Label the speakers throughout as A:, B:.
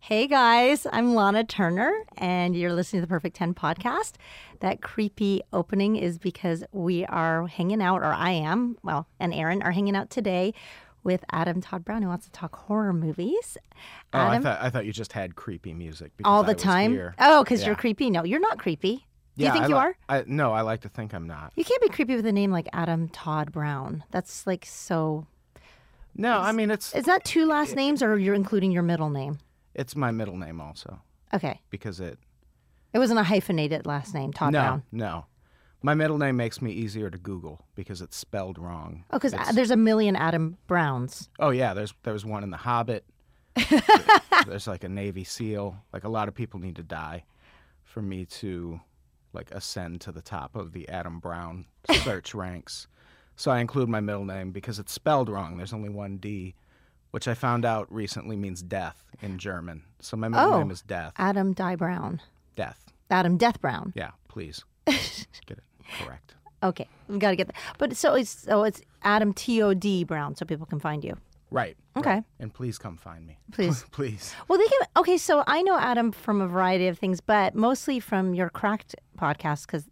A: Hey guys, I'm Lana Turner, and you're listening to the Perfect 10 podcast. That creepy opening is because we are hanging out, or I am, well, and Aaron are hanging out today with Adam Todd Brown, who wants to talk horror movies.
B: Oh, I
A: Adam,
B: thought I thought you just had creepy music because
A: all
B: I
A: the
B: was
A: time.
B: Here.
A: Oh, because you're
B: Yeah.
A: creepy. No, you're not creepy. Do you
B: Yeah,
A: think
B: I
A: you
B: li-
A: are?
B: I, no, I like to think I'm not.
A: You can't be creepy with a name like Adam Todd Brown. That's like so.
B: No, I mean it's
A: Is that two last names, or you're including your middle name?
B: it's my middle name also
A: Okay,
B: because it.
A: it wasn't a hyphenated last name, Todd
B: no,
A: Brown.
B: no, my middle name makes me easier to Google because it's spelled wrong.
A: Oh, because
B: It's-
A: there's a million Adam Browns.
B: oh yeah, there's there was one in The Hobbit. there's like a Navy SEAL. Like a lot of people need to die for me to like ascend to the top of the Adam Brown search ranks. So I include my middle name because it's spelled wrong. There's only one D, which I found out recently means death in German. So my middle
A: Oh.
B: name is Death.
A: Adam Die Brown.
B: Death.
A: Adam Death Brown.
B: Yeah, please get it correct.
A: Okay, we got to get that. But so it's so it's Adam T O D Brown, so people can find you.
B: Right.
A: Okay.
B: right. And please come find me.
A: Please.
B: please.
A: Well, they can. Okay, so I know Adam from a variety of things, but mostly from your Cracked podcast because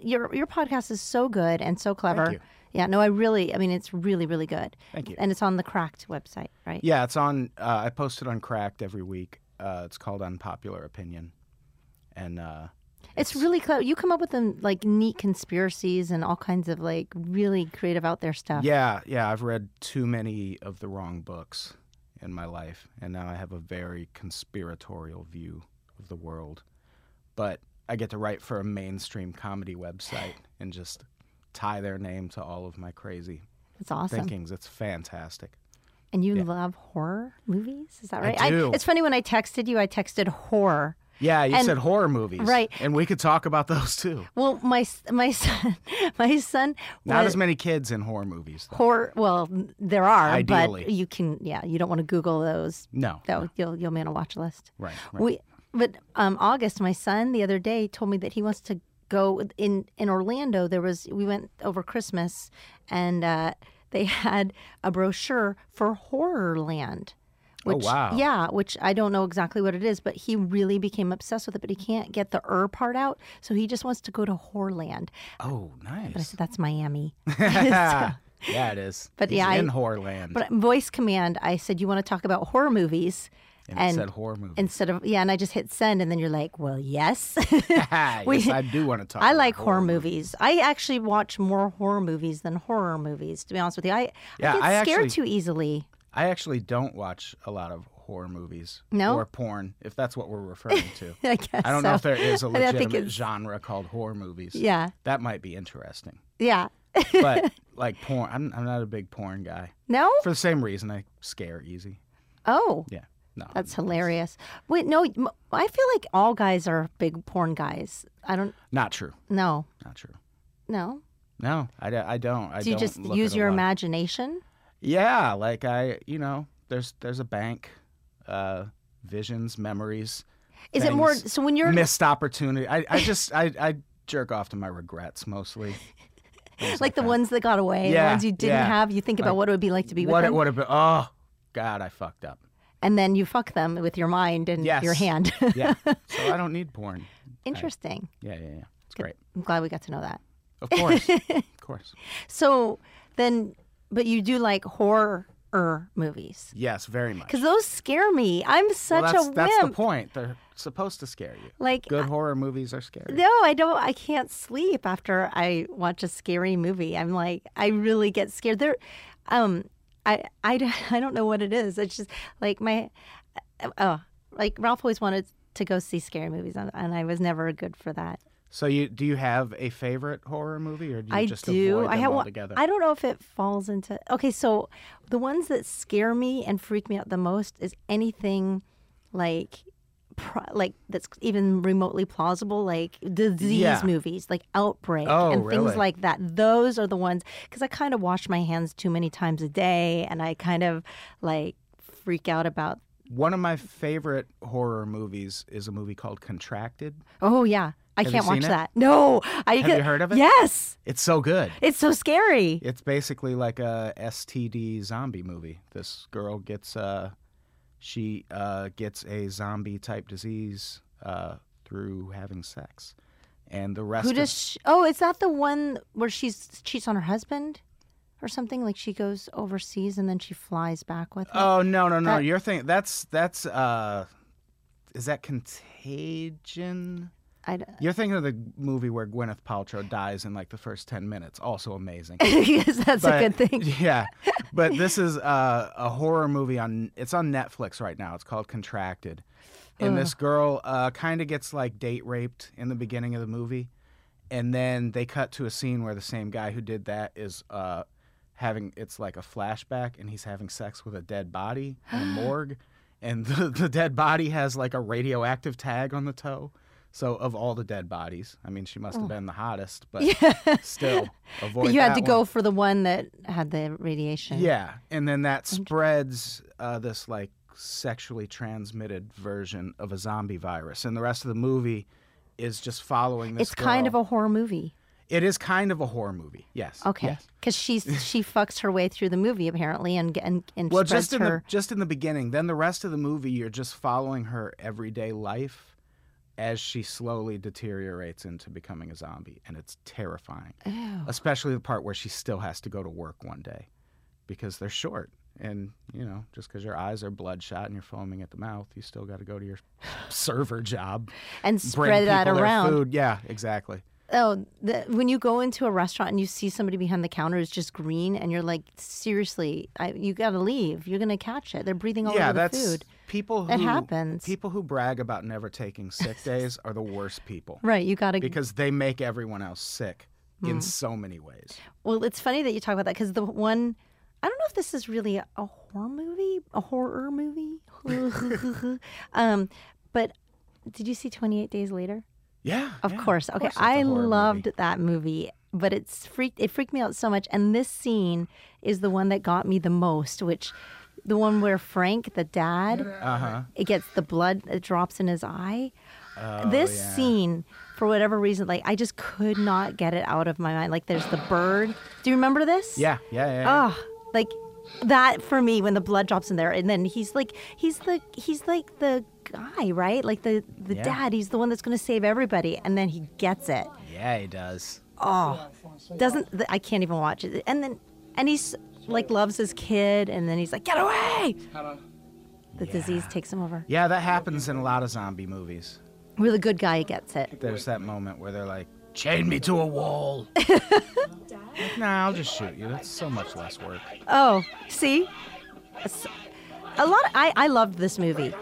A: your your podcast is so good and so clever.
B: you.
A: Yeah, no, I really, I mean, it's really, really good.
B: Thank you.
A: And it's on the Cracked website, right?
B: Yeah, it's on. Uh, I post it on Cracked every week. Uh, it's called Unpopular Opinion, and uh,
A: It's really clever. You come up with them like neat conspiracies and all kinds of like really creative out there stuff.
B: yeah, yeah. I've read too many of the wrong books in my life, and now I have a very conspiratorial view of the world. But I get to write for a mainstream comedy website and just tie their name to all of my crazy
A: It's awesome.
B: thinkings. It's fantastic.
A: And you love horror movies? Is that right?
B: do.
A: it's funny when I texted you, I texted horror.
B: Yeah, you
A: And-
B: said horror movies,
A: right.
B: And we could talk about those too.
A: Well, my s- my son, my son
B: Not
A: was-
B: as many kids in horror movies. Though.
A: horror. Well, there are,
B: Ideally.
A: but you can. Yeah, you don't want to Google those.
B: No,
A: Though you'll you'll be on a watch list.
B: right. right.
A: We, but um, August, my son, the other day told me that he wants to go with- in in Orlando. There was we went over Christmas, and uh, they had a brochure for Horrorland.
B: Oh,
A: Which,
B: wow.
A: Yeah, which I don't know exactly what it is, but he really became obsessed with it. But he can't get the "er" part out, so he just wants to go to Horrorland.
B: Oh, nice.
A: But I said that's Miami.
B: yeah, it is.
A: But
B: He's
A: yeah, I-
B: in horror land.
A: But voice command, I said, "You want to talk about horror movies?"
B: and, it said horror movie.
A: instead of yeah, and I just hit send, and then you're like, "Well, yes,
B: yes,
A: we-
B: I do want to talk.
A: I
B: about
A: like horror movies. I actually watch more horror movies than horror movies. To be honest with you, I, I
B: Yeah,
A: get
B: I
A: scared
B: actually-
A: too easily.
B: I actually don't watch a lot of horror movies.
A: No?
B: Or porn, if that's what we're referring to.
A: I guess
B: I don't
A: so.
B: know if there is a
A: And I think
B: legitimate
A: it's-
B: genre called horror movies.
A: Yeah,
B: That might be interesting.
A: yeah.
B: But like porn, I'm, I'm not a big porn guy.
A: No.
B: For the same reason, I scare easy.
A: Oh,
B: Yeah. No.
A: that's hilarious. Wait, no, m- I feel like all guys are big porn guys. I don't.
B: Not true.
A: No,
B: Not true.
A: no.
B: No, I, d- I don't. I
A: Do you
B: don't
A: just
B: look
A: use
B: at a
A: your
B: lot.
A: imagination?
B: Yeah, like I, you know, there's there's a bank, uh, visions, memories,
A: Is it more
B: Things.
A: so when you're
B: missed opportunity. I, I just I, I jerk off to my regrets mostly. Things
A: like the
B: that.
A: ones that got away, the
B: Yeah,
A: ones you didn't
B: yeah.
A: have. You think about
B: Like,
A: what it would be like to be with
B: what it
A: them,
B: would have been. Oh God, I fucked up.
A: and then you fuck them with your mind and
B: Yes.
A: your hand.
B: Yeah, so I don't need porn.
A: Interesting.
B: Yeah, yeah, yeah. It's great.
A: I'm glad we got to know that.
B: Of course, of course.
A: So then, but you do like horror movies
B: Yes, very much.
A: because those scare me. I'm
B: Well,
A: such
B: that's,
A: a wimp.
B: that's the point. They're supposed to scare you.
A: Like
B: Good horror movies are scary.
A: no, I don't. I can't sleep after I watch a scary movie. I'm like, I really get scared. There, um, I, I, don't- I don't know what it is. It's just like my, oh, like Ralph always wanted to go see scary movies, and, and I was never good for that.
B: So you do you have a favorite horror movie, or do you
A: I
B: just
A: do.
B: avoid
A: I
B: them
A: have. one.
B: altogether?
A: I don't know if it falls into. Okay, so the ones that scare me and freak me out the most is anything like, pro, like that's even remotely plausible, like disease
B: Yeah.
A: movies, like outbreak
B: Oh,
A: and things
B: really?
A: like that. Those are the ones because I kind of wash my hands too many times a day, and I kind of like freak out about.
B: One of my favorite horror movies is a movie called Contracted.
A: Oh yeah, I
B: Have you
A: can't watch
B: seen it?
A: that. No, I
B: Have you heard of it?
A: Yes,
B: It's so good.
A: it's so scary.
B: It's basically like a STD zombie movie. This girl gets uh she uh, gets a zombie type disease uh, through having sex, and the rest.
A: Who
B: of-
A: does? She, oh, is that the one where she's cheats on her husband, or something? Like she goes overseas and then she flies back with him.
B: oh no no no!
A: That-
B: You're thinking that's that's uh, is that Contagion?
A: I d-
B: You're thinking of the movie where Gwyneth Paltrow dies in like the first ten minutes. Also amazing.
A: Yes, that's a good
B: But-
A: thing.
B: Yeah, but this is uh, a horror movie on. It's on Netflix right now. It's called Contracted, and this girl uh, kind of gets like date raped in the beginning of the movie, and then they cut to a scene where the same guy who did that is uh, having. It's like a flashback, and he's having sex with a dead body in a morgue, and the, the dead body has like a radioactive tag on the toe. So of all the dead bodies, I mean, she must have been the hottest, but still avoid.
A: Oh. But you had
B: that
A: to
B: one.
A: go for the one that had the radiation.
B: Yeah, and then that spreads uh, this like sexually transmitted version of a zombie virus, and the rest of the movie is just following this.
A: it's kind of
B: girl.
A: a horror movie.
B: It is kind of a horror movie. Yes.
A: Okay,
B: Yes.
A: because she's she fucks her way through the movie apparently, and and and
B: Well,
A: spreads
B: just in the
A: her.
B: just in the beginning, then the rest of the movie, you're just following her everyday life as she slowly deteriorates into becoming a zombie, and it's terrifying.
A: Ew.
B: Especially the part where she still has to go to work one day because they're short. And, you know, just because your eyes are bloodshot and you're foaming at the mouth, you still got to go to your server job.
A: and
B: bring
A: spread that
B: people their
A: around.
B: Food. Yeah, exactly.
A: Oh, the, when you go into a restaurant and you see somebody behind the counter is just green, and you're like, seriously, I, you got to leave. You're gonna catch it. They're breathing all
B: yeah,
A: over the
B: that's
A: food.
B: people who.
A: It happens.
B: People who brag about never taking sick days are the worst people
A: Right, you got to
B: because they make everyone else sick in
A: Mm.
B: so many ways.
A: Well, it's funny that you talk about that because the one, I don't know if this is really a horror movie, a horror movie. um, but did you see 28 Days Later?
B: Yeah.
A: Of
B: yeah,
A: course. Okay.
B: it's a
A: I
B: horror movie.
A: loved that movie, but it's freaked, it freaked me out so much. And this scene is the one that got me the most, which the one where Frank, the dad,
B: Uh-huh.
A: it gets the blood that drops in his eye.
B: Oh,
A: this scene, for whatever reason, like I just could not get it out of my mind. Like there's the bird. Do you remember this?
B: Yeah, yeah, yeah. yeah.
A: Oh, like that for me when the blood drops in there, and then he's like, he's the he's like the guy, right? Like the the
B: Yeah.
A: dad. He's the one that's gonna save everybody, and then he gets it.
B: Yeah, he does.
A: Oh, doesn't th- I can't even watch it. And then and he's like loves his kid, and then he's like, get away. The disease takes him over.
B: Yeah, that happens in a lot of zombie movies.
A: Where the good guy gets it.
B: There's that moment where they're like, chain me to a wall. like, nah, I'll just shoot you. That's so much less work.
A: Oh, see, S- a lot. I I loved this movie.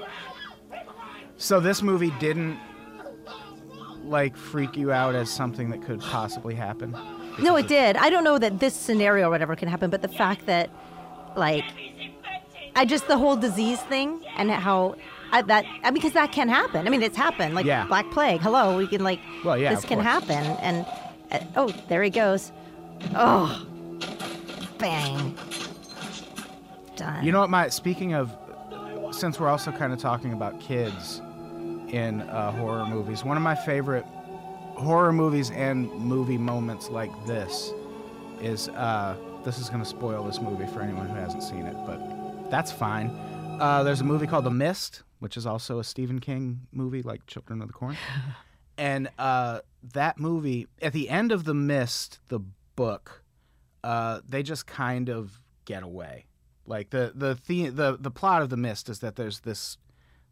B: So this movie didn't like freak you out as something that could possibly happen.
A: No, it did. I don't know that this scenario or whatever can happen, but the fact that, like, I just the whole disease thing and how I, that I mean, because that can happen. I mean, it's happened. Like
B: Yeah.
A: Black Plague. Hello, we can like.
B: Well, yeah,
A: This
B: of
A: can
B: course.
A: happen, and uh, oh, there he goes. Oh, bang. Done.
B: You know what? My speaking of, since we're also kind of talking about kids in uh, horror movies, one of my favorite horror movies and movie moments like this is uh, this is going to spoil this movie for anyone who hasn't seen it, but that's fine. Uh, there's a movie called The Mist, which is also a Stephen King movie, like Children of the Corn. and uh, that movie, at the end of The Mist, the book, uh, they just kind of get away. Like the the, the the the plot of The Mist is that there's this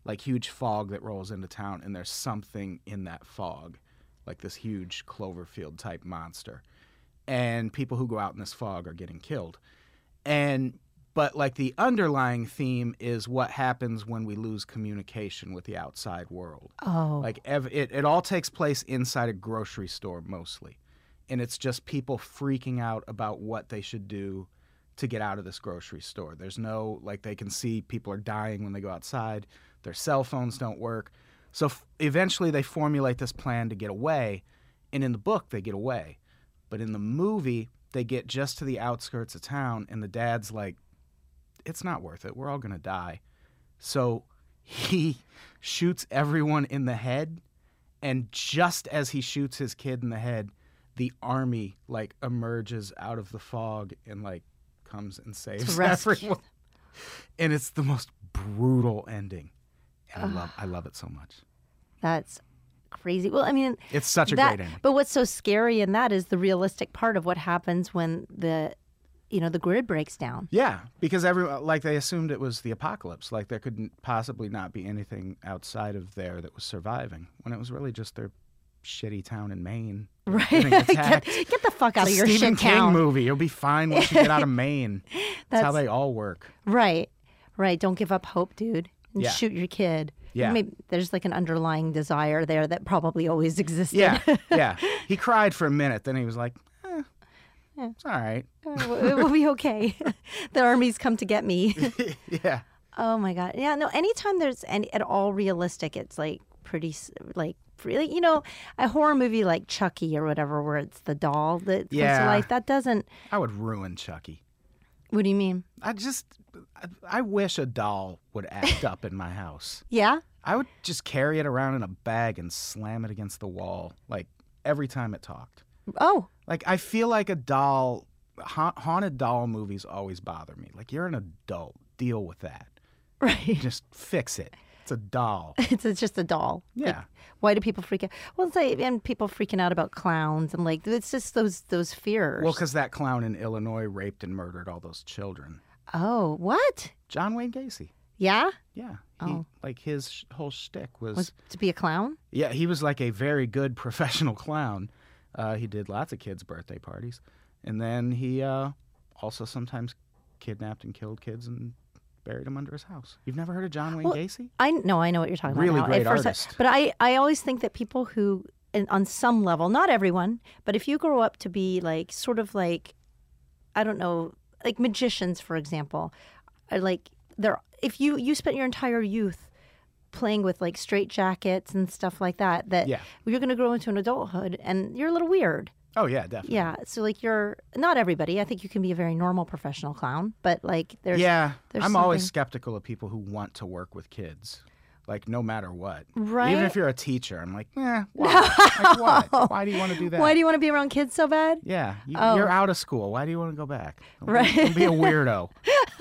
B: like huge fog that rolls into town, and there's something in that fog, like this huge Cloverfield type monster and people who go out in this fog are getting killed. And but like the underlying theme is what happens when we lose communication with the outside world.
A: Oh,
B: Like ev- it, it all takes place inside a grocery store mostly, and it's just people freaking out about what they should do to get out of this grocery store. There's no like they can see people are dying when they go outside. Their cell phones don't work, so f- eventually they formulate this plan to get away, and in the book they get away, but in the movie they get just to the outskirts of town, and the dad's like, "It's not worth it. We're all gonna die." So he shoots everyone in the head, and just as he shoots his kid in the head, the army like emerges out of the fog and like comes and saves
A: rescue
B: everyone. And it's the most brutal ending. And I love I love it so much.
A: That's crazy. Well, I mean,
B: It's such a
A: that,
B: great ending.
A: but what's so scary in that is the realistic part of what happens when the, you know, the grid breaks down.
B: Yeah, because everyone like they assumed it was the apocalypse. Like there couldn't possibly not be anything outside of there that was surviving. When it was really just their shitty town in Maine.
A: Right.
B: Getting
A: get,
B: attacked.
A: get the fuck out of
B: It's a
A: your
B: Stephen
A: shit
B: King
A: town.
B: movie. You'll be fine once you get out of Maine. That's, how
A: That's-
B: they all work.
A: Right. Right. Don't give up hope, dude. And
B: Yeah.
A: shoot your kid.
B: Yeah.
A: Maybe there's like an underlying desire there that probably always existed.
B: Yeah, yeah. He cried for a minute, then he was like, eh, "It's all right."
A: it will be okay. the armies come to get me.
B: yeah,
A: oh my god. Yeah. No. Anytime there's any at all realistic, it's like pretty s- like really you know a horror movie like Chucky or whatever, where it's the doll that comes to
B: Yeah.
A: life. That doesn't.
B: I would ruin Chucky.
A: What do you mean?
B: I just, I, I wish a doll would act up in my house.
A: Yeah.
B: I would just carry it around in a bag and slam it against the wall, like every time it talked.
A: Oh.
B: Like I feel like a doll, ha- haunted doll movies always bother me. Like you're an adult, deal with that.
A: Right.
B: Just fix it. It's a doll.
A: It's, it's just a doll. Like,
B: Yeah.
A: why do people freak out? Well, it's like, and people freaking out about clowns and like it's just those those fears.
B: Well, because that clown in Illinois raped and murdered all those children.
A: oh, what?
B: John Wayne Gacy.
A: Yeah,
B: Yeah. He,
A: Oh.
B: Like his sh- whole shtick was,
A: was to be a clown.
B: Yeah, he was like a very good professional clown. Uh, he did lots of kids' birthday parties. And then he uh, also sometimes kidnapped and killed kids and buried them under his house. You've never heard of John Wayne
A: Well,
B: Gacy?
A: I no, I know what you're talking
B: Really
A: about. now. At
B: great
A: first I-
B: artist.
A: but I I always think that people who and on some level, not everyone, but if you grow up to be like sort of like I don't know, like magicians for example, are like they're if you you spent your entire youth playing with like straight jackets and stuff like that that
B: Yeah.
A: you're going to grow into an adulthood and you're a little weird.
B: Oh, yeah, definitely.
A: Yeah, so like you're not everybody. I think you can be a very normal professional clown, but like there's
B: yeah. I'm
A: there's
B: always
A: something-
B: skeptical of people who want to work with kids. Like, no matter what.
A: Right?
B: Even if you're a teacher, I'm like, eh, why? like, why? Why do you want to do that?
A: Why do you want to be around kids so bad?
B: Yeah, you,
A: Oh.
B: you're out of school. Why do you want to go back? Don't be-
A: Right.
B: Don't be a weirdo.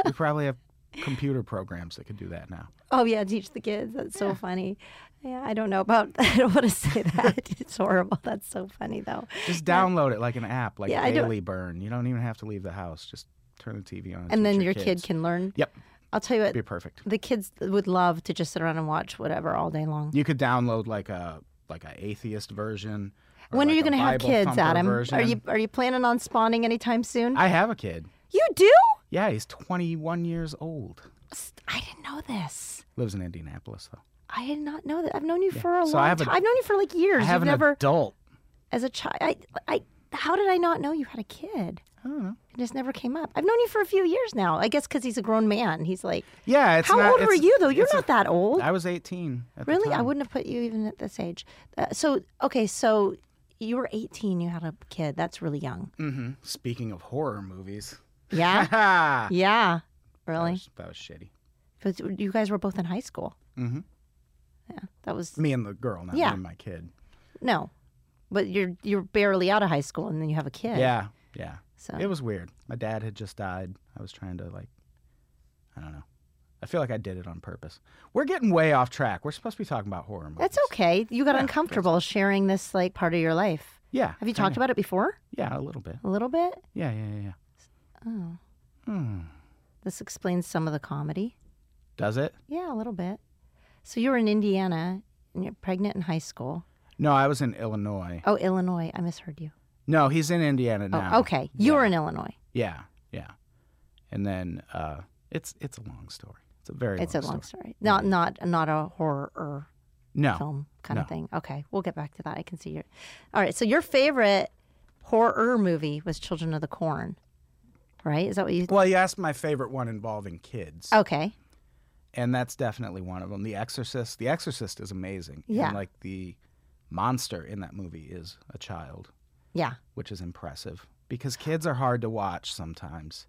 B: we probably have computer programs that could do that now.
A: Oh yeah, teach the kids. That's so funny. Yeah, I don't know about. I don't want to say that. it's horrible. That's so funny though.
B: Just download it like an app, like
A: Yeah, I don't-
B: Daily Burn. You don't even have to leave the house. Just turn the TV on.
A: And then
B: teach
A: your kid
B: kids.
A: can learn.
B: Yep,
A: I'll tell you what.
B: be perfect.
A: The kids would love to just sit around and watch whatever all day long.
B: You could download like a like a atheist version. or
A: when are
B: like
A: you
B: a
A: going to have
B: Bible
A: kids,
B: thumper
A: Adam? Are
B: version.
A: you are you planning on spawning anytime soon?
B: I have a kid.
A: you do?
B: Yeah, he's 21 years old.
A: St- I didn't know this.
B: Lives in Indianapolis though.
A: I did not know that. I've known you for a
B: So I
A: long
B: have a-
A: time. I've known you for like years.
B: I have
A: You've
B: an
A: never,
B: adult.
A: as a child. I, I, how did I not know you had a kid?
B: I don't know.
A: It just never came up. I've known you for a few years now. I guess because he's a grown man. He's like,
B: Yeah, it's
A: how
B: not-
A: old were
B: it's-
A: you though? You're
B: it's a-
A: not that old.
B: I was 18. At the
A: really? I
B: time.
A: wouldn't have put you even at this age. Uh, so okay, so you were 18. You had a kid. That's really young.
B: Mm-hmm. Speaking of horror movies,
A: Yeah.
B: that,
A: yeah. Oh, Really?
B: was, that was shitty.
A: But you guys were both in high school.
B: Mm-hmm.
A: Yeah. That was
B: Me and the girl, not
A: Yeah.
B: me and my kid.
A: no. But you're you're barely out of high school, and then you have a kid.
B: Yeah, yeah.
A: So
B: It was weird. My dad had just died. I was trying to like, I don't know. I feel like I did it on purpose. We're getting way off track. We're supposed to be talking about horror movies.
A: that's okay. You got
B: Yeah,
A: uncomfortable sharing this like part of your life.
B: Yeah.
A: Have you talked about it before?
B: Yeah, a little bit.
A: A little bit.
B: Yeah, yeah, yeah.
A: Oh,
B: yeah. Hmm.
A: this explains some of the comedy.
B: Does it?
A: Yeah, a little bit. So you were in Indiana and you're pregnant in high school.
B: No, I was in Illinois.
A: Oh, Illinois. I misheard you.
B: No, he's in Indiana now.
A: Oh, okay. You were in Illinois.
B: Yeah, yeah. And then uh, it's it's a long story. It's a very
A: It's a
B: long
A: long
B: story.
A: story. Not not not a horror
B: No.
A: film kind of
B: no.
A: thing. Okay, we'll get back to that. I can see your. All right. So your favorite horror movie was Children of the Corn, right? Is that what you?
B: Well, you asked my favorite one involving kids,
A: Okay.
B: and that's definitely one of them. The Exorcist. The Exorcist is amazing. And,
A: Yeah.
B: like the monster in that movie is a child,
A: Yeah.
B: which is impressive because kids are hard to watch sometimes.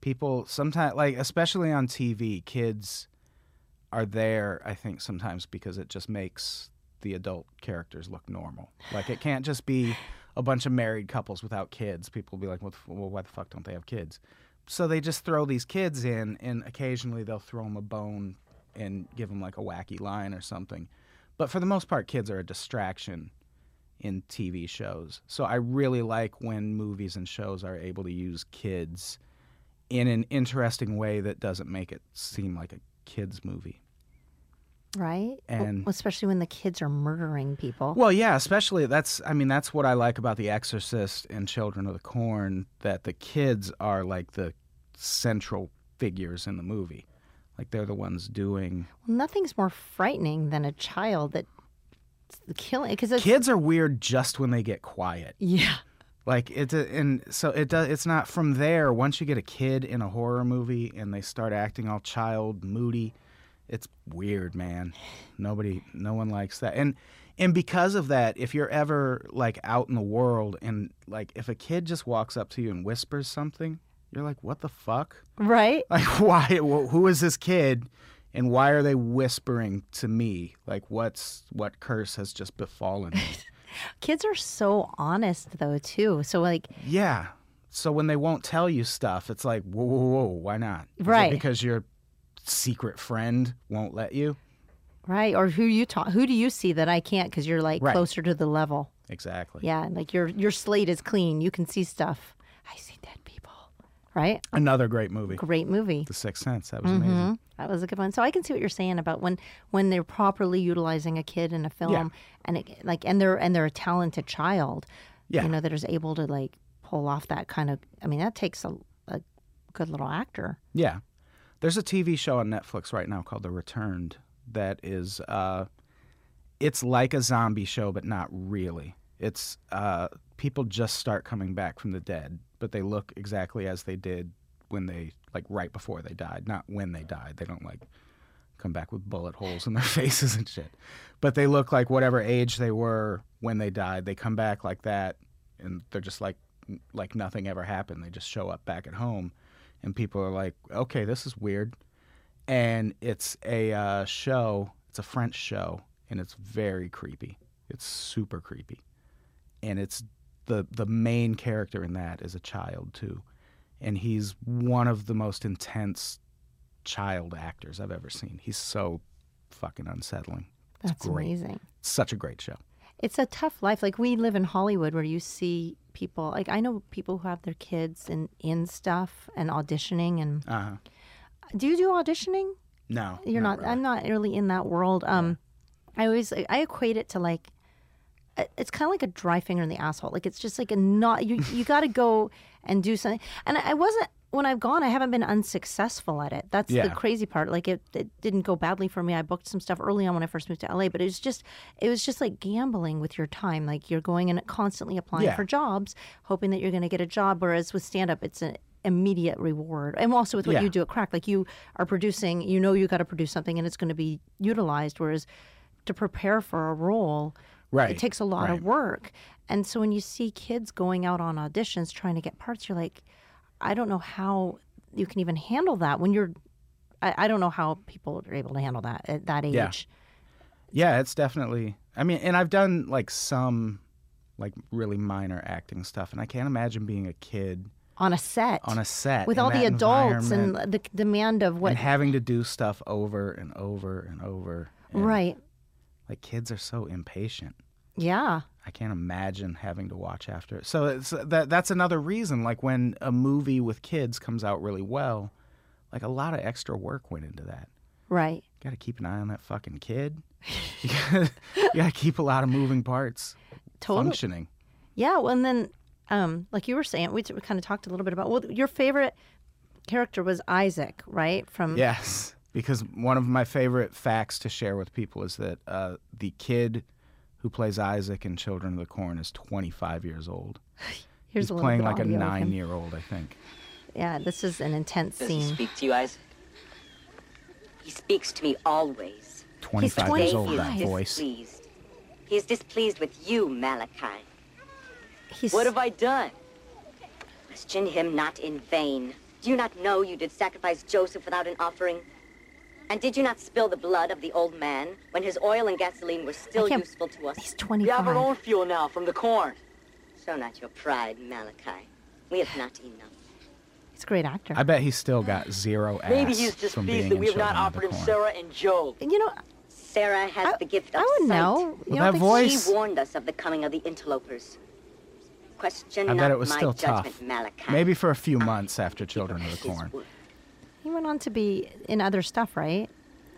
B: People sometimes like especially on TV, kids are there I think sometimes because it just makes the adult characters look normal. Like it can't just be a bunch of married couples without kids. People will be like, "What the f- well, why the fuck don't they have kids?" so they just throw these kids in, and occasionally they'll throw them a bone and give them like a wacky line or something. But for the most part, kids are a distraction in TV shows. So I really like when movies and shows are able to use kids in an interesting way that doesn't make it seem like a kids movie.
A: right? Well,
B: And-
A: especially when the kids are murdering people.
B: Well, yeah, especially that's I mean that's what I like about The Exorcist and Children of the Corn that the kids are like the central figures in the movie. Like they're the ones doing
A: Nothing's more frightening than a child that killing because it's
B: Kids are weird just when they get quiet.
A: yeah.
B: Like it and so it does it's not from there once you get a kid in a horror movie and they start acting all child moody it's weird man nobody no one likes that and and because of that if you're ever like out in the world and like if a kid just walks up to you and whispers something you're like what the fuck
A: Right?
B: like why wh- who is this kid and why are they whispering to me like what's what curse has just befallen me
A: Kids are so honest though too. So like
B: Yeah. So when they won't tell you stuff, it's like, whoa, whoa, whoa, why not? Is it
A: Right.
B: because your secret friend won't let you?
A: right or who you talk who do you see that I can't because you're like
B: Right.
A: closer to the level.
B: Exactly.
A: Yeah, like your your slate is clean. You can see stuff. I see dead people. Right?
B: Another great movie.
A: Great movie.
B: The Sixth Sense. That
A: Mm-hmm.
B: was amazing.
A: That was a good one. So I can see what you're saying about when when they're properly utilizing a kid in a film and it, like and they're and they're a talented child.
B: Yeah.
A: You know that is able to like pull off that kind of I mean that takes a, a good little actor.
B: Yeah. There's a TV show on Netflix right now called The Returned that is uh it's like a zombie show but not really. It's uh people just start coming back from the dead, but they look exactly as they did when they like right before they died, not when they died. They don't like come back with bullet holes in their faces and shit. But they look like whatever age they were when they died. They come back like that and they're just like like nothing ever happened. They just show up back at home and people are like, "Okay, this is weird." And it's a uh, show, it's a French show and it's very creepy. It's super creepy. And it's the the main character in that is a child too. And he's one of the most intense child actors I've ever seen. He's so fucking unsettling.
A: That's
B: great.
A: amazing.
B: Such a great show.
A: It's a tough life. Like we live in Hollywood where you see people like I know people who have their kids in in stuff and auditioning and
B: Uh huh.
A: do you do auditioning?
B: No,
A: Uh-huh. you're not,
B: really.
A: i'm not really in that world um i always i equate it to like it- it's kind of like a dry finger in the asshole like it's just like a not you you got to go and do something and i, I wasn't when I've gone, I haven't been unsuccessful at it. That's the
B: Yeah.
A: crazy part. Like it, it didn't go badly for me. I booked some stuff early on when I first moved to LA, but it was just, it was just like gambling with your time. Like you're going and constantly applying
B: Yeah.
A: for jobs, hoping that you're going to get a job. Whereas with stand up, it's an immediate reward. And also with what
B: Yeah.
A: you do at crack, like you are producing, you know, you got to produce something and it's going to be utilized. Whereas to prepare for a role,
B: Right,
A: it takes a lot
B: right.
A: of work. And so when you see kids going out on auditions trying to get parts, you're like, I don't know how you can even handle that when you're. I, I don't know how people are able to handle that at that age.
B: Yeah. Yeah, it's definitely. I mean, and I've done like some, like really minor acting stuff, and I can't imagine being a kid
A: On a set,
B: on a set
A: with
B: in
A: all the
B: that
A: adults and
B: environment
A: the c- demand of what,
B: and having to do stuff over and over and over. and,
A: right?
B: Like kids are so impatient.
A: Yeah,
B: I can't imagine having to watch after. it. So it's that that's another reason like when a movie with kids comes out really well, like a lot of extra work went into that.
A: right.
B: got to keep an eye on that fucking kid. you got to keep a lot of moving parts
A: Totally.
B: functioning.
A: Yeah, well, and then, um, like you were saying, we, t- we kind of talked a little bit about well, your favorite character was Isaac, right? From
B: Yes, because one of my favorite facts to share with people is that uh, the kid who plays Isaac in Children of the Corn is 25 years old.
A: here's
B: He's
A: a little
B: playing
A: bit
B: like a
A: audio of him.
B: nine-year-old, I think.
A: Yeah, this is an intense
C: Does he
A: scene.
C: speak to you, Isaac?
D: He speaks to me always.
B: 25 years old, that
A: 25.
B: voice.
D: Displeased. He is displeased with you, Malachi.
A: He's
C: What have I done?
D: Question him not in vain. Do you not know you did sacrifice Joseph without an offering? And did you not spill the blood of the old man when his oil and gasoline were still
A: can't-
D: useful to us?
A: he's
C: We have our
A: 25.
C: own fuel now from the corn.
D: Show not your pride, Malachi. We have not enough.
A: He's He's a great actor.
B: I bet he still got zero ass
C: Maybe he's just
B: from
C: pleased
B: being
C: that
B: in
C: we have not
B: Children of the
C: offered him
B: Corn.
C: Sarah and Joel.
A: you know,
D: Sarah has the gift of
A: I would
D: sight.
A: know. You
B: Well,
A: don't
B: that
A: think so?
B: voice-
D: She warned us of the coming of the interlopers. Question
B: I
D: not
B: bet it was
D: my
B: still
D: judgment,
B: tough.
D: Malachi.
B: Maybe for a few months after Children of
D: His
B: the Corn.
D: word.
A: He went on to be in other stuff, right?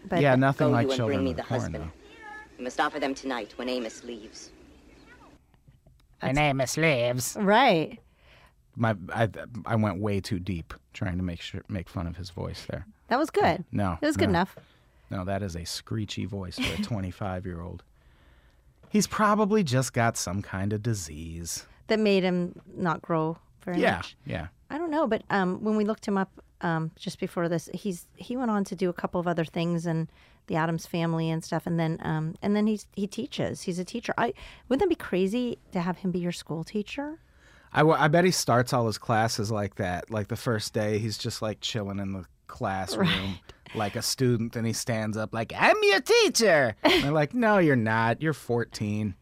A: But
B: Yeah, nothing
D: Go
B: like
D: you and bring
B: Children
D: me
B: of
D: the
B: the Corn.
D: husband.
B: though.
D: You must offer them tonight when Amos leaves.
E: My name is Leaves.
A: Right.
B: My, I, I went way too deep trying to make sure make fun of his voice there.
A: That was good.
B: No,
A: It was good
B: no.
A: enough.
B: No, that is a screechy voice for a 25 year old. He's probably just got some kind of disease.
A: That made him not grow very
B: Yeah,
A: much.
B: yeah.
A: I don't know, but um, when we looked him up um, just before this, he's he went on to do a couple of other things and the Adams Family and stuff, and then um, and then he's he teaches. He's a teacher. I wouldn't that be crazy to have him be your school teacher?
B: I, w- I bet he starts all his classes like that. Like the first day, he's just like chilling in the classroom like a student. Then he stands up, like, I'm your teacher. And they're like, No, you're not. You're 14.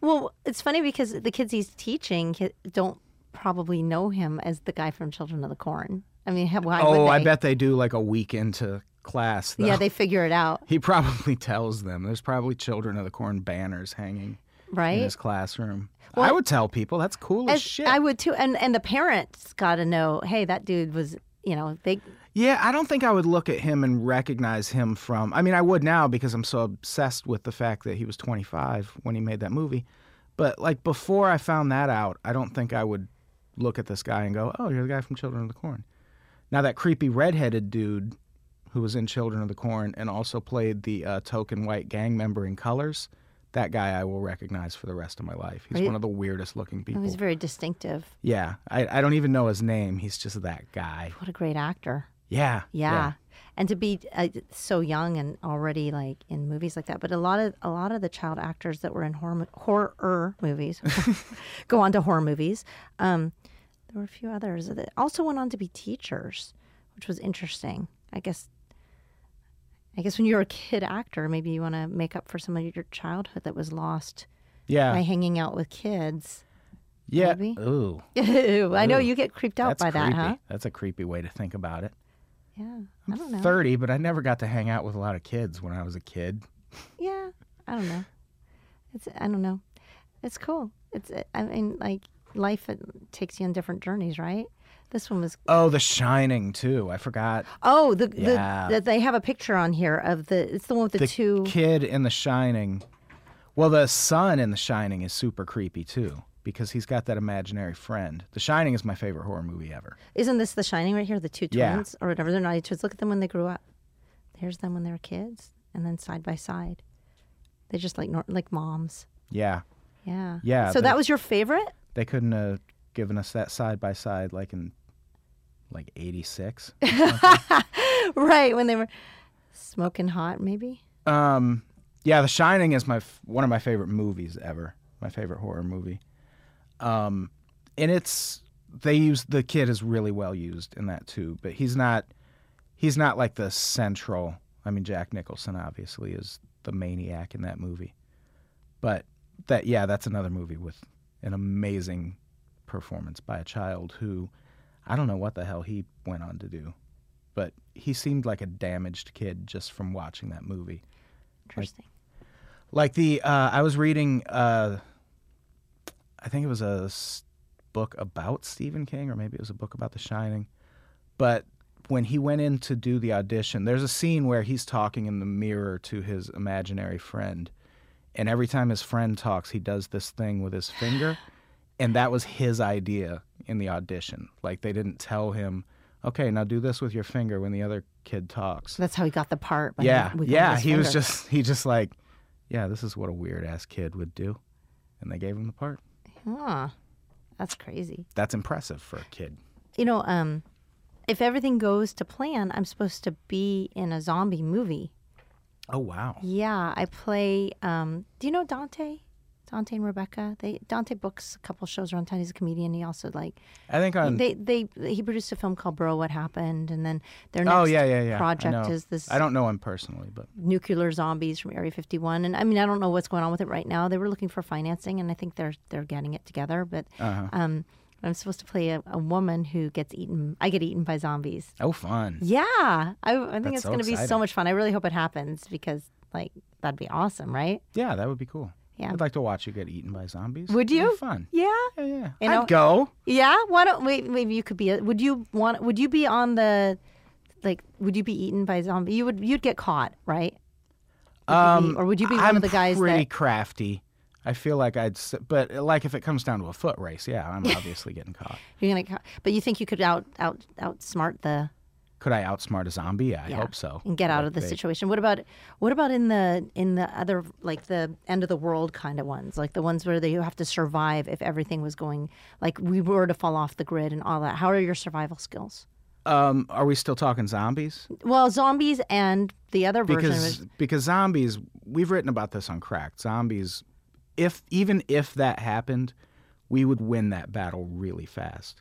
A: Well, it's funny because the kids he's teaching ki- don't probably know him as the guy from Children of the Corn. I mean, how- why would
B: oh,
A: they?
B: I bet they do like a week into class. Though.
A: Yeah, they figure it out,
B: He probably tells them. There's probably Children of the Corn banners hanging in
A: right?
B: his classroom. I would tell people that's cool as,
A: As-
B: shit.
A: I would too, and and the parents got to know. Hey, that dude was, you know, they
B: Yeah, I don't think I would look at him and recognize him from. I mean, I would now because I'm so obsessed with the fact that he was 25 when he made that movie. But like before I found that out, I don't think I would look at this guy and go, "Oh, you're the guy from Children of the Corn." Now that creepy redheaded dude who was in Children of the Corn and also played the uh, token white gang member in Colors, that guy I will recognize for the rest of my life. He's
A: Right.
B: one of the weirdest looking
A: it
B: people.
A: was very distinctive.
B: yeah, I, I don't even know his name. He's just that guy.
A: What a great actor.
B: Yeah.
A: Yeah. And to be uh, so young and already like in movies like that, but a lot of a lot of the child actors that were in horror, mo- horror movies go on to horror movies. Um, there were a few others that also went on to be teachers, which was interesting. I guess, I guess when you're a kid actor, maybe you want to make up for some of your childhood that was lost
B: Yeah.
A: by hanging out with kids.
B: Yeah.
A: maybe?
B: Ooh,
A: Ew, I know you get creeped out
B: that's
A: by
B: creepy.
A: that, huh?
B: That's a creepy way to think about it.
A: Yeah, I don't know.
B: Thirty, but I never got to hang out with a lot of kids when I was a kid.
A: Yeah, I don't know. It's I don't know. It's cool. It's uh, I mean like life it takes you on different journeys, right? This one was
B: Oh, The Shining too. I forgot.
A: oh the
B: Yeah.
A: the that they have a picture on here of the it's the one with the,
B: The
A: two
B: kid in The Shining. Well, the son in The Shining is super creepy too because he's got that imaginary friend. The Shining is my favorite horror movie ever.
A: isn't this the shining right here the two
B: Yeah.
A: twins or whatever they're not twins look at them when they grew up here's them when they were kids and then side by side they just like nor- like moms
B: Yeah,
A: yeah
B: Yeah,
A: so
B: they're-
A: that was your favorite
B: they couldn't have given us that side by side like in like '86.
A: right when they were smoking hot maybe
B: Um, yeah, The Shining is my f- one of my favorite movies ever. My favorite horror movie. Um, and it's they use the kid is really well used in that too, but he's not he's not like the central. I mean, Jack Nicholson obviously is the maniac in that movie, but that yeah, that's another movie with an amazing performance by a child who I don't know what the hell he went on to do, but he seemed like a damaged kid just from watching that movie
A: interesting
B: like the uh, I was reading uh, I think it was a s- book about Stephen King or maybe it was a book about The Shining, but when he went in to do the audition, there's a scene where he's talking in the mirror to his imaginary friend, and every time his friend talks, he does this thing with his finger, and that was his idea in the audition. Like they didn't tell him, okay, now do this with your finger when the other kid talks.
A: that's how he got the part by
B: Yeah,
A: wiggling
B: yeah.
A: his
B: He was
A: finger.
B: just he just like, yeah, this is what a weird ass kid would do, and they gave him the part.
A: Huh. That's crazy.
B: That's impressive for a kid.
A: You know, um, if everything goes to plan, I'm supposed to be in a zombie movie.
B: Oh wow.
A: Yeah, I play. Um, do you know Dante? Dante and Rebecca. They Dante books a couple shows around town. He's a comedian. He also like
B: I think on
A: they they he produced a film called Bro, What Happened, and then their next
B: oh yeah yeah yeah I
A: project
B: know.
A: is this
B: I don't know him personally, but
A: nuclear zombies from Area 51. And I mean, I don't
B: Uh-huh.
A: know what's going on with it right now. They were looking for financing, and I think they're they're getting it together. But um, I'm supposed to play a, a woman who gets eaten. I get eaten by zombies.
B: Oh, fun.
A: Yeah, I, I think
B: That's
A: it's
B: so
A: going to be so
B: exciting.
A: much fun. I really hope it happens because like that'd be awesome, right?
B: Yeah, that would be cool.
A: Yeah.
B: I'd like to watch you get eaten by zombies.
A: Would
B: It'd be
A: you?
B: fun.
A: Yeah,
B: Yeah, yeah.
A: You know-
B: I'd go.
A: yeah. Why don't wait? Maybe you could be. A, would you want? Would you be on the like? Would you be eaten by zombie? You would. You'd get caught, right? Would you be- or would you be one
B: Um, I'm
A: of the guys
B: pretty
A: that?
B: crafty. I feel like I'd, s- but like if it comes down to a foot race, yeah, I'm obviously getting caught.
A: You're gonna, ca- but you think you could out out outsmart the
B: Could I outsmart a zombie? Yeah, I
A: Yeah.
B: hope so.
A: and get out
B: Like
A: of the
B: they-
A: situation. What about what about in the in the other like the end of the world kind of ones, like the ones where they have to survive if everything was going like we were to fall off the grid and all that. How are your survival skills?
B: Um, are we still talking zombies?
A: Well, zombies and the other version
B: because
A: was
B: because zombies we've written about this on cracked zombies if even if that happened we would win that battle really fast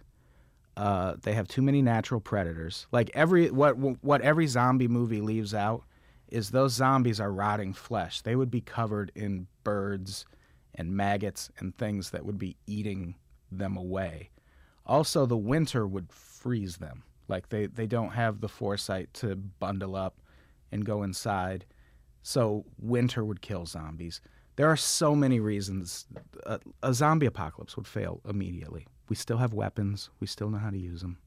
B: uh, they have too many natural predators like every what what every zombie movie leaves out is those zombies are rotting flesh they would be covered in birds and maggots and things that would be eating them away also the winter would freeze them like they, they don't have the foresight to bundle up and go inside so winter would kill zombies there are so many reasons a, a zombie apocalypse would fail immediately we still have weapons we still know how to use them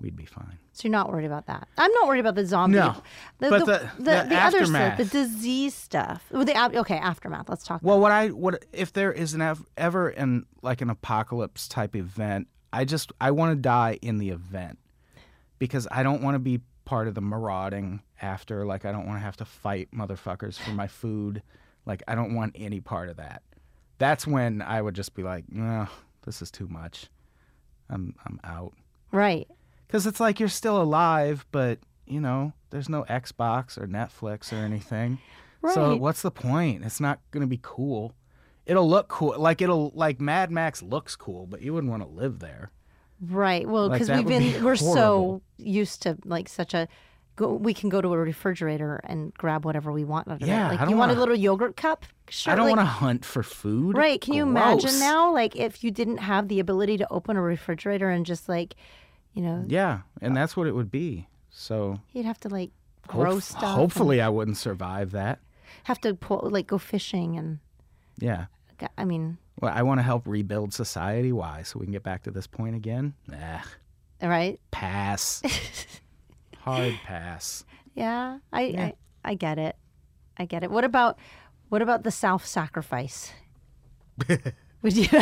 B: we'd be fine
A: so you're not worried about that. I'm not worried about the zombie.
B: No,
A: the,
B: but
A: the, the,
B: the- the
A: other stuff, the
B: aftermath.
A: disease stuff. Well, the af- okay aftermath. Let's talk.
B: well what i what if there is an ev- ever an like an apocalypse type event i just i want to die in the event because i don't want to be part of the marauding after like i don't want to have to fight motherfuckers for my food like i don't want any part of that that's when i would just be like no this is too much i'm i'm out
A: right.
B: because it's like you're still alive, but you know, there's no Xbox or Netflix or anything. So
A: Right.
B: what's the point? It's not gonna be cool. It'll look cool, like it'll like Mad Max looks cool, but you wouldn't want to live there.
A: Right. Well,
B: Like,
A: because
B: that
A: we've
B: would
A: been
B: be
A: we're so
B: horrible.
A: used to like such a go, we can go to a refrigerator and grab whatever we want out of
B: Yeah,
A: it. Like
B: I don't
A: you want a
B: wanna-
A: little yogurt cup? Sure.
B: I don't
A: like-
B: want to hunt for food.
A: Right. Can you
B: Gross.
A: imagine now like if you didn't have the ability to open a refrigerator and just like, you know,
B: Yeah, and that's what it would be. So
A: you'd have to like
B: hope-
A: grow stuff. and
B: hopefully, I wouldn't survive that.
A: have to pull, like go fishing and
B: Yeah.
A: I mean,
B: Well, I want to help rebuild society. Why? So we can get back to this point again. Nah,
A: right?
B: pass. Hard pass.
A: Yeah. I, I I get it. I get it. What about what about the self sacrifice? Would you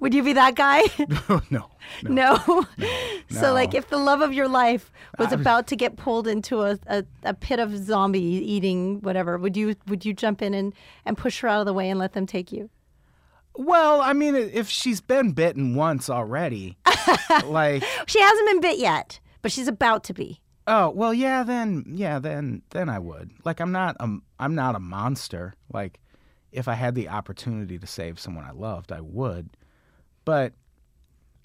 A: Would you be that guy?
B: no, no.
A: No. So like
B: no.
A: if the love of your life was about to get pulled into a, a, a pit of zombie eating whatever, would you would you jump in and, and push her out of the way and let them take you?
B: Well, I mean, if she's been bitten once already, like,
A: She hasn't been bit yet, but she's about to be.
B: oh, well, yeah, then, yeah, then, then I would. Like, I'm not, um, I'm not a monster. Like, if I had the opportunity to save someone I loved, I would. But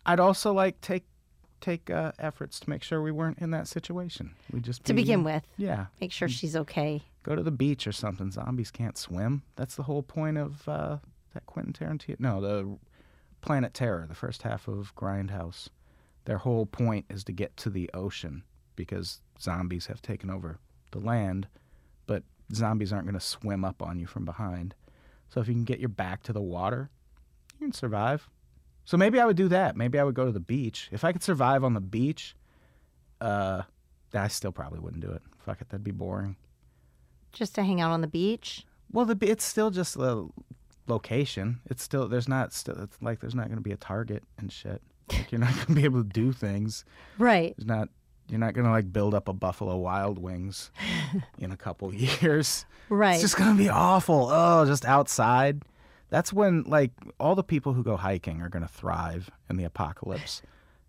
B: I'd also like take take uh, efforts to make sure we weren't in that situation. We just
A: To
B: be-
A: begin with.
B: Yeah,
A: Make sure she's okay.
B: go to the beach or something. Zombies can't swim. That's the whole point of uh, that Quentin Tarantino. No, the Planet Terror, the first half of Grindhouse. Their whole point is to get to the ocean because zombies have taken over the land, but zombies aren't going to swim up on you from behind. So if you can get your back to the water, you can survive. So maybe I would do that. Maybe I would go to the beach. If I could survive on the beach, uh, I still probably wouldn't do it. Fuck it, that'd be boring.
A: Just to hang out on the beach.
B: Well, the, it's still just the location. It's still there's not still it's like there's not going to be a target and shit. Like you're not going to be able to do things.
A: Right.
B: There's not you're not going to like build up a Buffalo Wild Wings in a couple years.
A: Right.
B: It's just going to be awful. Oh, just outside. That's when like all the people who go hiking are going to thrive in the apocalypse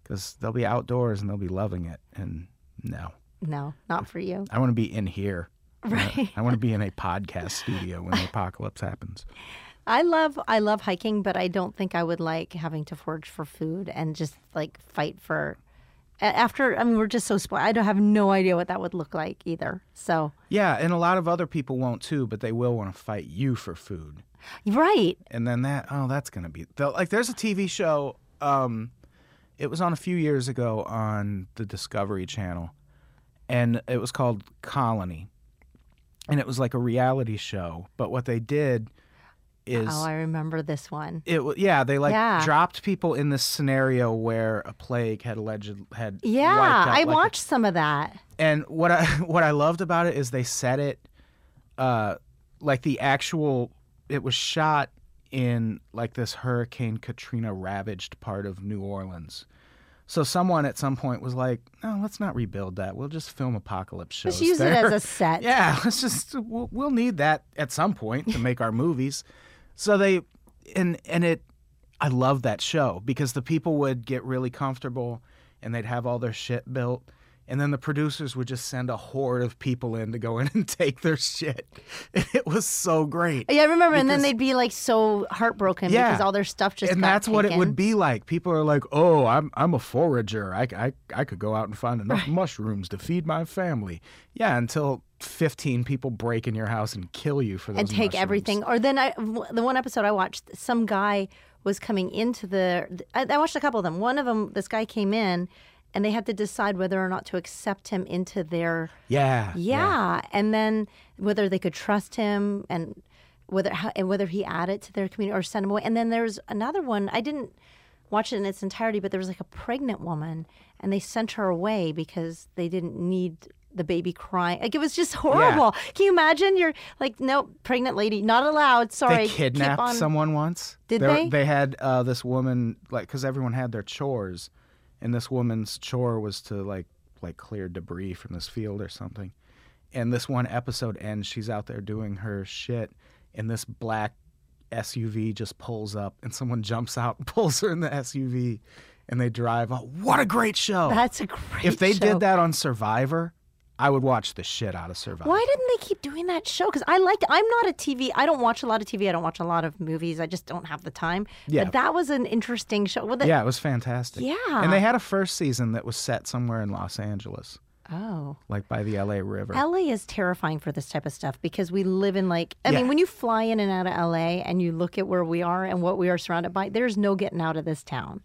B: cuz they'll be outdoors and they'll be loving it and no.
A: No, not for you.
B: I want to be in here.
A: Right.
B: I want to be in a podcast studio when the apocalypse happens.
A: I love I love hiking, but I don't think I would like having to forage for food and just like fight for. a- After I mean, we're just so spoiled. I don't have no idea what that would look like either. So
B: Yeah, and a lot of other people won't too, but they will want to fight you for food.
A: Right.
B: and then that oh that's gonna be the, like there's a tv show um it was on a few years ago on the discovery channel and it was called colony and it was like a reality show but what they did is
A: Oh, I remember this one.
B: it wa- yeah they like
A: Yeah.
B: dropped people in this scenario where a plague had alleged had
A: Yeah,
B: wiped out,
A: I
B: like, a-
A: watched some of that.
B: and what I what I loved about it is they set it, uh, like the actual. It was shot in like this Hurricane Katrina ravaged part of New Orleans. So someone at some point was like, "No, let's not rebuild that. We'll just film apocalypse shows."
A: Just use it
B: there."
A: as a set.
B: Yeah, let's just we'll, we'll need that at some point to make our movies. So they and and it I love that show because the people would get really comfortable and they'd have all their shit built and then the producers would just send a horde of people in to go in and take their shit. It was so great.
A: Yeah, I remember. and then
B: Because-
A: they'd be like so heartbroken
B: Yeah.
A: because all their stuff just
B: and
A: got
B: that's what it
A: taken.
B: would be like. People are like, "Oh, I'm I'm a forager. I, I, I could go out and find enough mushrooms to feed my family." Yeah, until fifteen people break in your house and kill you for those
A: and take
B: mushrooms.
A: everything. Or then I, w- the one episode I watched, some guy was coming into the. I, I watched a couple of them. One of them, this guy came in, and they had to decide whether or not to accept him into their.
B: Yeah,
A: Yeah, and then whether they could trust him and whether how, and whether he added to their community or sent him away. And then there's another one I didn't watch it in its entirety, but there was like a pregnant woman, and they sent her away because they didn't need the baby crying. Like it was just horrible. Can you imagine? You're like, nope, pregnant lady, not allowed. Sorry,
B: They
A: keep
B: kidnapped
A: on-
B: someone once.
A: Did
B: There-
A: they?
B: They had uh, this woman like because everyone had their chores, and this woman's chore was to like like clear debris from this field or something. And this one episode ends. She's out there doing her shit, and this black SUV just pulls up, and someone jumps out, and pulls her in the SUV, and they drive. Oh, what a great show!
A: That's a great.
B: if they
A: show.
B: did that on Survivor, I would watch the shit out of Survivor.
A: Why didn't they keep doing that show? Because I liked. I'm not a TV. I don't watch a lot of TV. I don't watch a lot of movies. I just don't have the time.
B: Yeah.
A: But that was an interesting show. Well, the,
B: Yeah, it was fantastic.
A: Yeah.
B: And they had a first season that was set somewhere in Los Angeles,
A: Oh.
B: like by the LA River.
A: LA is terrifying for this type of stuff because we live in like I mean
B: Yeah.
A: when you fly in and out of LA and you look at where we are and what we are surrounded by there's no getting out of this town.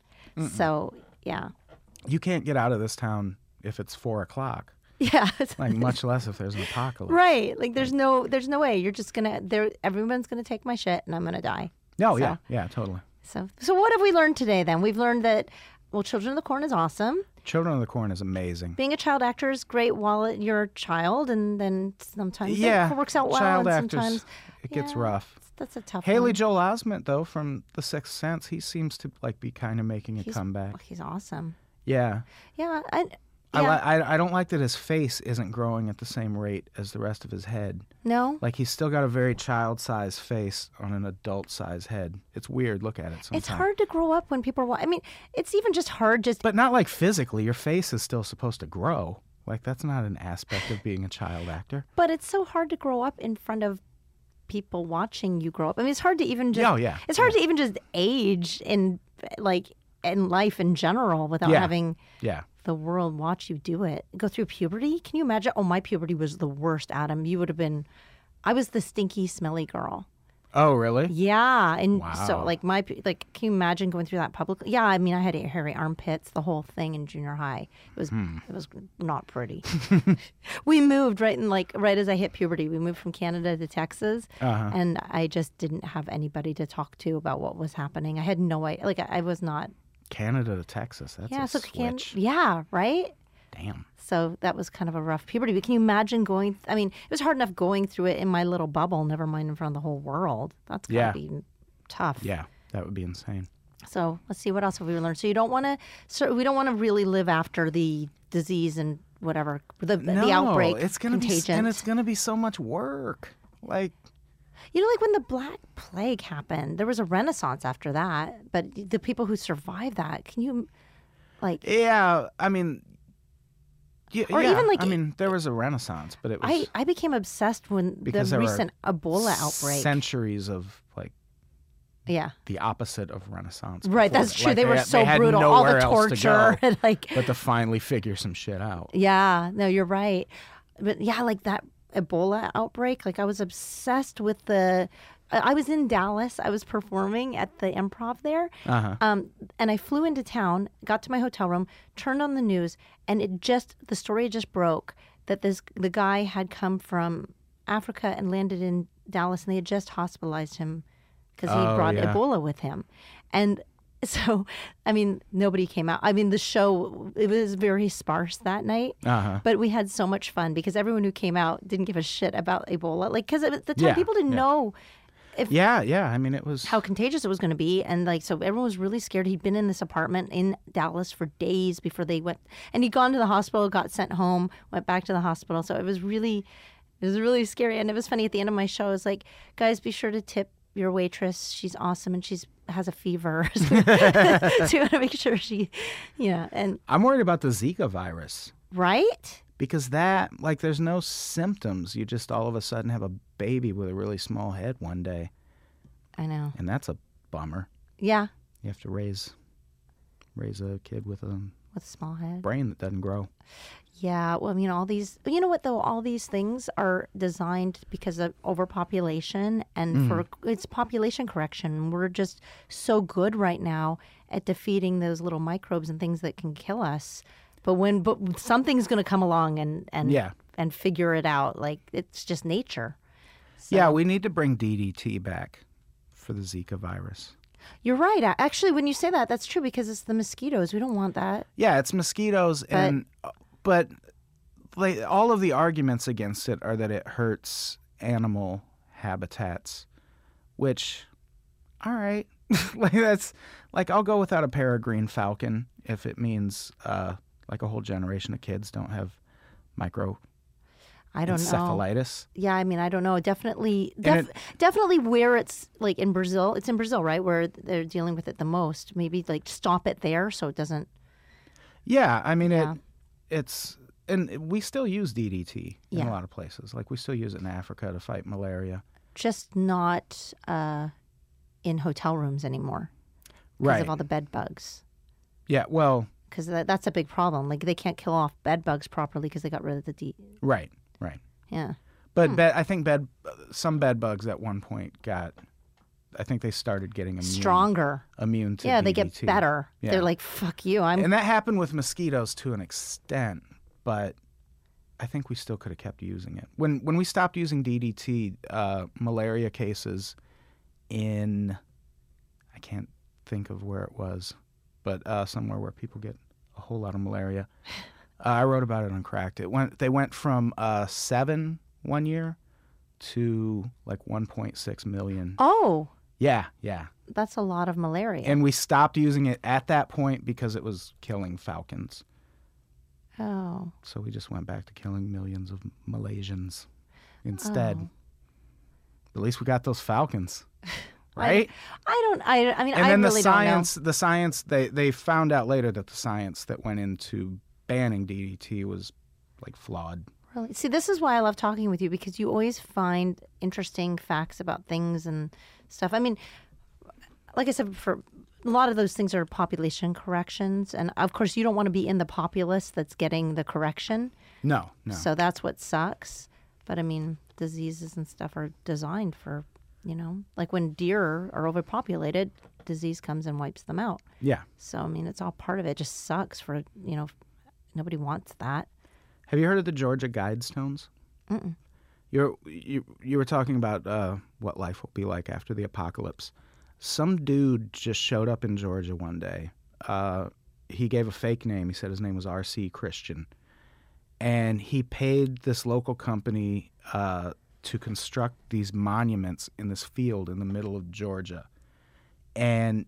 A: So, yeah.
B: you can't get out of this town if it's four o'clock,
A: Yeah.
B: like much less if there's an apocalypse.
A: right. Like there's no there's no way you're just going to there everyone's going to take my shit and I'm going to die.
B: No, yeah, yeah, totally.
A: So, so what have we learned today then? We've learned that well Children of the Corn is awesome.
B: Children of the Corn is amazing.
A: Being a child actor is great while you're a child and then sometimes
B: yeah,
A: it works out well
B: Child
A: and
B: actors,
A: sometimes
B: it gets
A: yeah.
B: rough.
A: that's a tough
B: Haley
A: one.
B: Joel Osment though from The Sixth Sense, he seems to like be kind of making a comeback.
A: He's awesome.
B: Yeah.
A: Yeah, I,
B: I,
A: yeah.
B: li- I I don't like that his face isn't growing at the same rate as the rest of his head.
A: no,
B: Like he's still got a very child-sized face on an adult-sized head. It's weird. Look at it sometimes.
A: it's hard to grow up when people are. wa- I mean, it's even just hard. Just
B: but not like physically. Your face is still supposed to grow. Like that's not an aspect of being a child actor.
A: but it's so hard to grow up in front of people watching you grow up. I mean, it's hard to even just.
B: Yeah, oh, yeah,
A: It's hard to even just age in like in life in general without
B: Yeah.
A: having
B: Yeah.
A: the world watch you do it. Go through puberty. Can you imagine? Oh, my puberty was the worst, Adam. You would have been. I was the stinky, smelly girl.
B: Oh, really?
A: Yeah, and so
B: Wow.
A: like my like, can you imagine going through that publicly? Yeah, I mean, I had hairy armpits, the whole thing in junior high. It was
B: Hmm.
A: it was not pretty. we moved right in like right as I hit puberty. We moved from Canada to Texas,
B: Uh-huh.
A: and I just didn't have anybody to talk to about what was happening. I had no idea. Like I, I was not.
B: Canada to Texas. That's
A: Yeah,
B: a
A: so can
B: switch.
A: yeah, right.
B: Damn.
A: So that was kind of a rough puberty. But can you imagine going? I mean, it was hard enough going through it in my little bubble. Never mind in front of the whole world. That's gotta
B: Yeah.
A: be tough.
B: Yeah, that would be insane.
A: So let's see what else have we learned. So you don't want to. So we don't want to really live after the disease and whatever the, the outbreak.
B: It's gonna
A: contagion.
B: be and it's gonna be so much work. Like
A: you know, like when the Black Plague happened, there was a renaissance after that. But the people who survived that, can you, like,
B: yeah, I mean. Yeah,
A: Or
B: yeah,
A: even, like,
B: I mean, there was a renaissance, but it was
A: I I became obsessed when
B: Because
A: the
B: there were
A: recent Ebola outbreak.
B: centuries of like
A: yeah.
B: the opposite of Renaissance.
A: Right,
B: before
A: that's
B: that.
A: true.
B: Like,
A: they were
B: had-
A: so
B: had
A: brutal. All the
B: nowhere else to
A: torture,
B: go
A: and like
B: but to finally figure some shit out.
A: Yeah, no, you're right. But yeah, like that Ebola outbreak, like I was obsessed with the I I was in Dallas. I was performing at the improv there.
B: Uh-huh.
A: Um, and I flew into town, got to my hotel room, turned on the news, and it just the story just broke that this the guy had come from Africa and landed in Dallas, and they had just hospitalized him because he
B: Oh,
A: brought
B: yeah.
A: Ebola with him, and so I mean nobody came out. I mean the show it was very sparse that night.
B: Uh-huh.
A: But we had so much fun because everyone who came out didn't give a shit about Ebola. Like, because at the time
B: Yeah,
A: people didn't
B: yeah.
A: know
B: Yeah, yeah. I mean, it was.
A: how contagious it was going to be and like so everyone was really scared he'd been in this apartment in dallas for days before they went and he'd gone to the hospital got sent home went back to the hospital so it was really it was really scary and it was funny at the end of my show i was like guys be sure to tip your waitress she's awesome and she's has a fever so, so you want to make sure she yeah and
B: I'm worried about the Zika virus
A: right
B: because that, like, there's no symptoms. You just all of a sudden have a baby with a really small head one day,
A: i know
B: and that's a bummer.
A: yeah
B: You have to raise raise a kid with a
A: with a small head
B: brain that doesn't grow.
A: Yeah, well, I mean, all these, but you know what though, all these things are designed because of overpopulation and for it's population correction. We're just so good right now at defeating those little microbes and things that can kill us. But when, but something's going to come along and and
B: Yeah.
A: and figure it out. Like it's just nature.
B: Yeah, we need to bring DDT back for the Zika virus.
A: You're right. A- Actually, when you say that, that's true because it's the mosquitoes. We don't want that.
B: Yeah, it's mosquitoes, and uh, but like, all of the arguments against it are that it hurts animal habitats, which, all right, like that's like I'll go without a peregrine falcon if it means uh, like a whole generation of kids don't have microencephalitis.
A: I don't know. yeah i mean i don't know definitely def-
B: And
A: definitely where it's like in brazil it's in brazil right where they're dealing with it the most maybe like stop it there so it doesn't
B: Yeah, I mean
A: Yeah.
B: it. It's and we still use DDT in
A: Yeah.
B: a lot of places. Like we still use it in Africa to fight malaria.
A: just not uh, in hotel rooms anymore because
B: Right.
A: of all the bed bugs
B: yeah. Well.
A: because that, that's a big problem like they can't kill off bed bugs properly because they got rid of the d
B: Right. Right.
A: yeah
B: But
A: Hmm.
B: bed, I think bed some bed bugs at one point got. I think they started getting immune,
A: stronger
B: immune to
A: yeah they get
B: DDT.
A: better
B: Yeah.
A: they're like fuck you i'm
B: And that happened with mosquitoes to an extent, but I think we still could have kept using it. When when we stopped using DDT, uh, malaria cases in I can't think of where it was, but uh, somewhere where people get a whole lot of malaria. Uh, I wrote about it on Cracked. It went they went from uh, seven one year to like 1.6 million.
A: oh
B: Yeah, yeah.
A: that's a lot of malaria
B: And we stopped using it at that point because it was killing falcons.
A: oh
B: So we just went back to killing millions of Malaysians instead.
A: Oh.
B: At least we got those falcons, right?
A: i don't i, I mean
B: and
A: i
B: then
A: really
B: the
A: don't know
B: science, the science they they found out later that the science that went into banning DDT was like flawed.
A: Really? See, this is why I love talking with you because you always find interesting facts about things and stuff. I mean, like I said, for a lot of those things are population corrections, and of course, you don't want to be in the populace that's getting the correction.
B: No, no.
A: So that's what sucks. But I mean, diseases and stuff are designed for, you know, like when deer are overpopulated, disease comes and wipes them out.
B: yeah.
A: So I mean, it's all part of it. It just sucks for you know, nobody wants that.
B: Have you heard of the Georgia Guidestones? You're, you you were talking about uh, what life will be like after the apocalypse. Some dude just showed up in Georgia one day. Uh, he gave a fake name. He said his name was R.C. Christian, and he paid this local company uh, to construct these monuments in this field in the middle of Georgia, and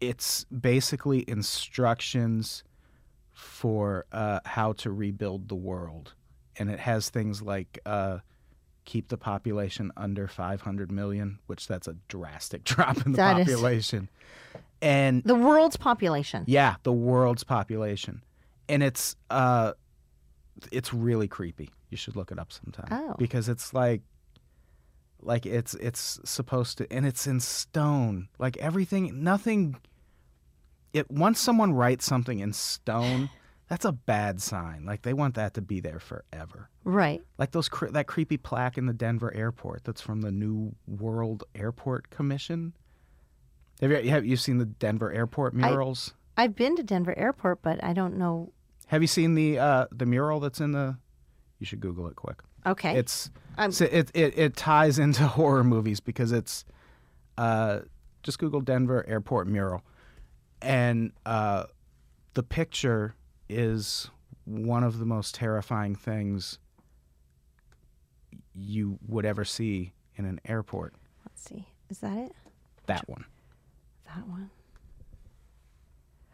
B: it's basically instructions for uh, how to rebuild the world, and it has things like uh, keep the population under 500 million, which that's a drastic drop in the
A: That is-
B: population, and
A: The world's population.
B: yeah, the world's population, and it's uh, it's really creepy. You should look it up sometime
A: Oh.
B: because it's like, like it's it's supposed to, and it's in stone. Like everything, nothing. It once someone writes something in stone, That's a bad sign. Like they want that to be there forever.
A: Right.
B: Like those cre- that creepy plaque in the Denver airport that's from the New World Airport Commission. Have you have you seen the Denver airport murals?
A: I've been to Denver Airport, but I don't know.
B: have you seen the uh, the mural that's in the? You should Google it quick.
A: Okay.
B: It's
A: I'm-
B: so it, it it ties into horror movies because it's uh, just Google Denver airport mural, and uh, the picture is one of the most terrifying things you would ever see in an airport.
A: let's see. Is that it?
B: That one.
A: That one.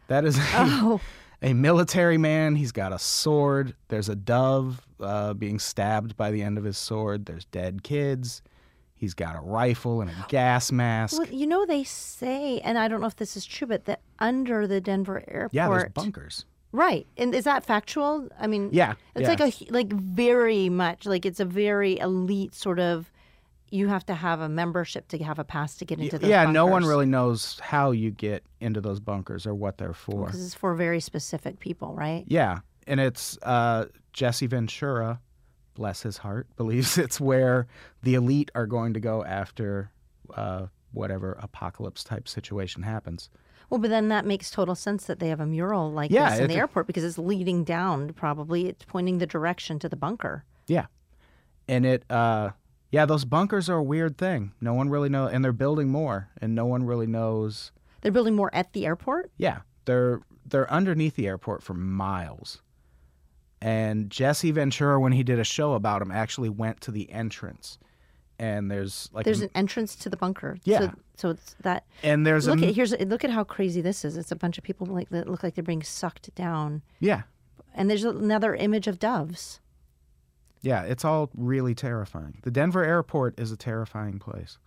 B: That is a,
A: Oh.
B: a military man. He's got a sword. There's a dove uh, being stabbed by the end of his sword. There's dead kids. He's got a rifle and a gas mask.
A: Well, you know they say, and I don't know if this is true, but that under the Denver airport,
B: yeah, there's bunkers.
A: right? And is that factual? I mean,
B: Yeah,
A: it's
B: yeah.
A: like a hu- like very much like it's a very elite sort of. You have to have a membership to have a pass to get into those.
B: yeah, no one
A: bunkers.
B: really knows how you get into those bunkers or what they're for.
A: This is for very specific people, right?
B: Yeah, and it's uh, Jesse Ventura, bless his heart, believes it's where the elite are going to go after uh, whatever apocalypse type situation happens.
A: Well, but then that makes total sense that they have a mural like
B: Yeah,
A: this in the
B: it-
A: airport because it's leading down. Probably it's pointing the direction to the bunker.
B: Yeah. And it uh yeah, those bunkers are a weird thing. No one really know and they're building more and no one really knows.
A: They're building more at the airport.
B: Yeah. They're they're underneath the airport for miles. And Jesse Ventura when he did a show about him actually went to the entrance. And there's like
A: There's an entrance to the bunker. So,
B: Mm-hmm. Yeah.
A: so it's that.
B: and there's
A: look
B: a
A: at here's look at how crazy this is. It's a bunch of people like that look like they're being sucked down,
B: Yeah.
A: and there's another image of doves.
B: Yeah, it's all really terrifying. The Denver airport is a terrifying place.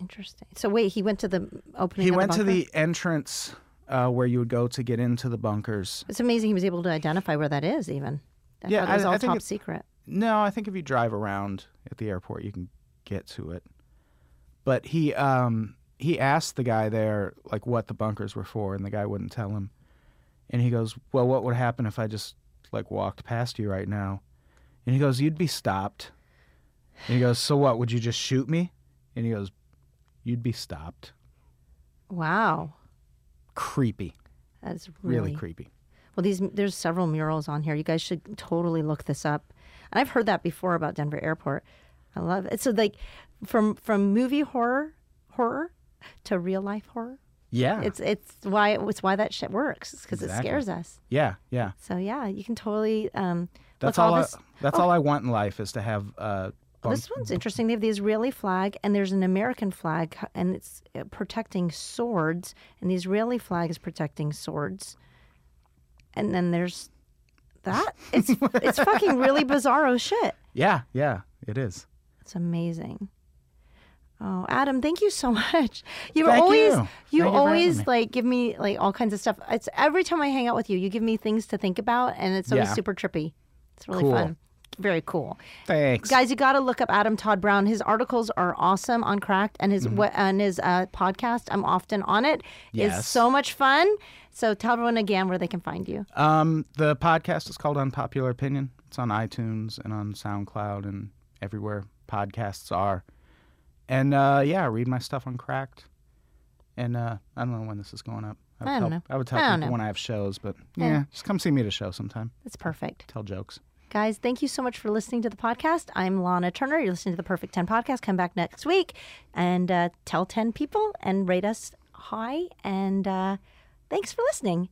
A: Interesting. So wait, he went to the opening.
B: He
A: of
B: went
A: the
B: to
A: bunker?
B: the entrance uh, where you would go to get into the bunkers
A: It's amazing he was able to identify where that is. Even. I
B: Yeah,
A: thought it was
B: I-
A: all
B: I think
A: top
B: it-
A: secret.
B: No, I think if you drive around at the airport, you can get to it. But he um, he asked the guy there like what the bunkers were for, and the guy wouldn't tell him. And he goes, "Well, what would happen if I just like walked past you right now?" And he goes, "You'd be stopped." And he goes, "So what? Would you just shoot me?" And he goes, "You'd be stopped."
A: Wow,
B: Creepy,
A: that's
B: really, creepy.
A: Well, these there's several murals on here. You guys should totally look this up. And I've heard that before about Denver Airport. I love it. So like from from movie horror horror to real life horror.
B: Yeah,
A: It's it's why it's why that shit works because it
B: Exactly.
A: scares us.
B: yeah, yeah.
A: So yeah, you can totally. Um,
B: That's
A: look,
B: all. I,
A: this,
B: that's all I want in life is to have uh, bunk-
A: this one's interesting. They have the Israeli flag and there's an American flag, and it's uh, protecting swords, and the Israeli flag is protecting swords, and then there's that. It's it's fucking really bizarro shit.
B: Yeah, yeah. It is.
A: It's amazing. Oh, Adam, thank you so much. You
B: Thank
A: always
B: you.
A: you
B: Thank you for
A: always
B: having me.
A: like give me like all kinds of stuff. It's every time I hang out with you, you give me things to think about and it's always
B: Yeah.
A: super trippy. It's really
B: Cool.
A: fun. Very cool.
B: Thanks.
A: Guys, you got to look up Adam Todd Brown. His articles are awesome on Cracked and his what and his uh, podcast. I'm often on it. It's
B: Yes.
A: so much fun. So tell everyone again where they can find you.
B: Um, the podcast is called Unpopular Opinion. It's on iTunes and on SoundCloud and everywhere podcasts are. And uh, yeah, read my stuff on Cracked. And uh, I don't know when this is going up. would
A: I don't
B: tell,
A: know.
B: I would tell
A: I don't
B: people
A: know.
B: when I have shows, but yeah, just come see me at a show sometime.
A: It's perfect.
B: Tell jokes.
A: Guys, thank you so much for listening to the podcast. I'm Lana Turner. You're listening to the Perfect 10 podcast. Come back next week and uh, tell 10 people and rate us high. And uh, thanks for listening.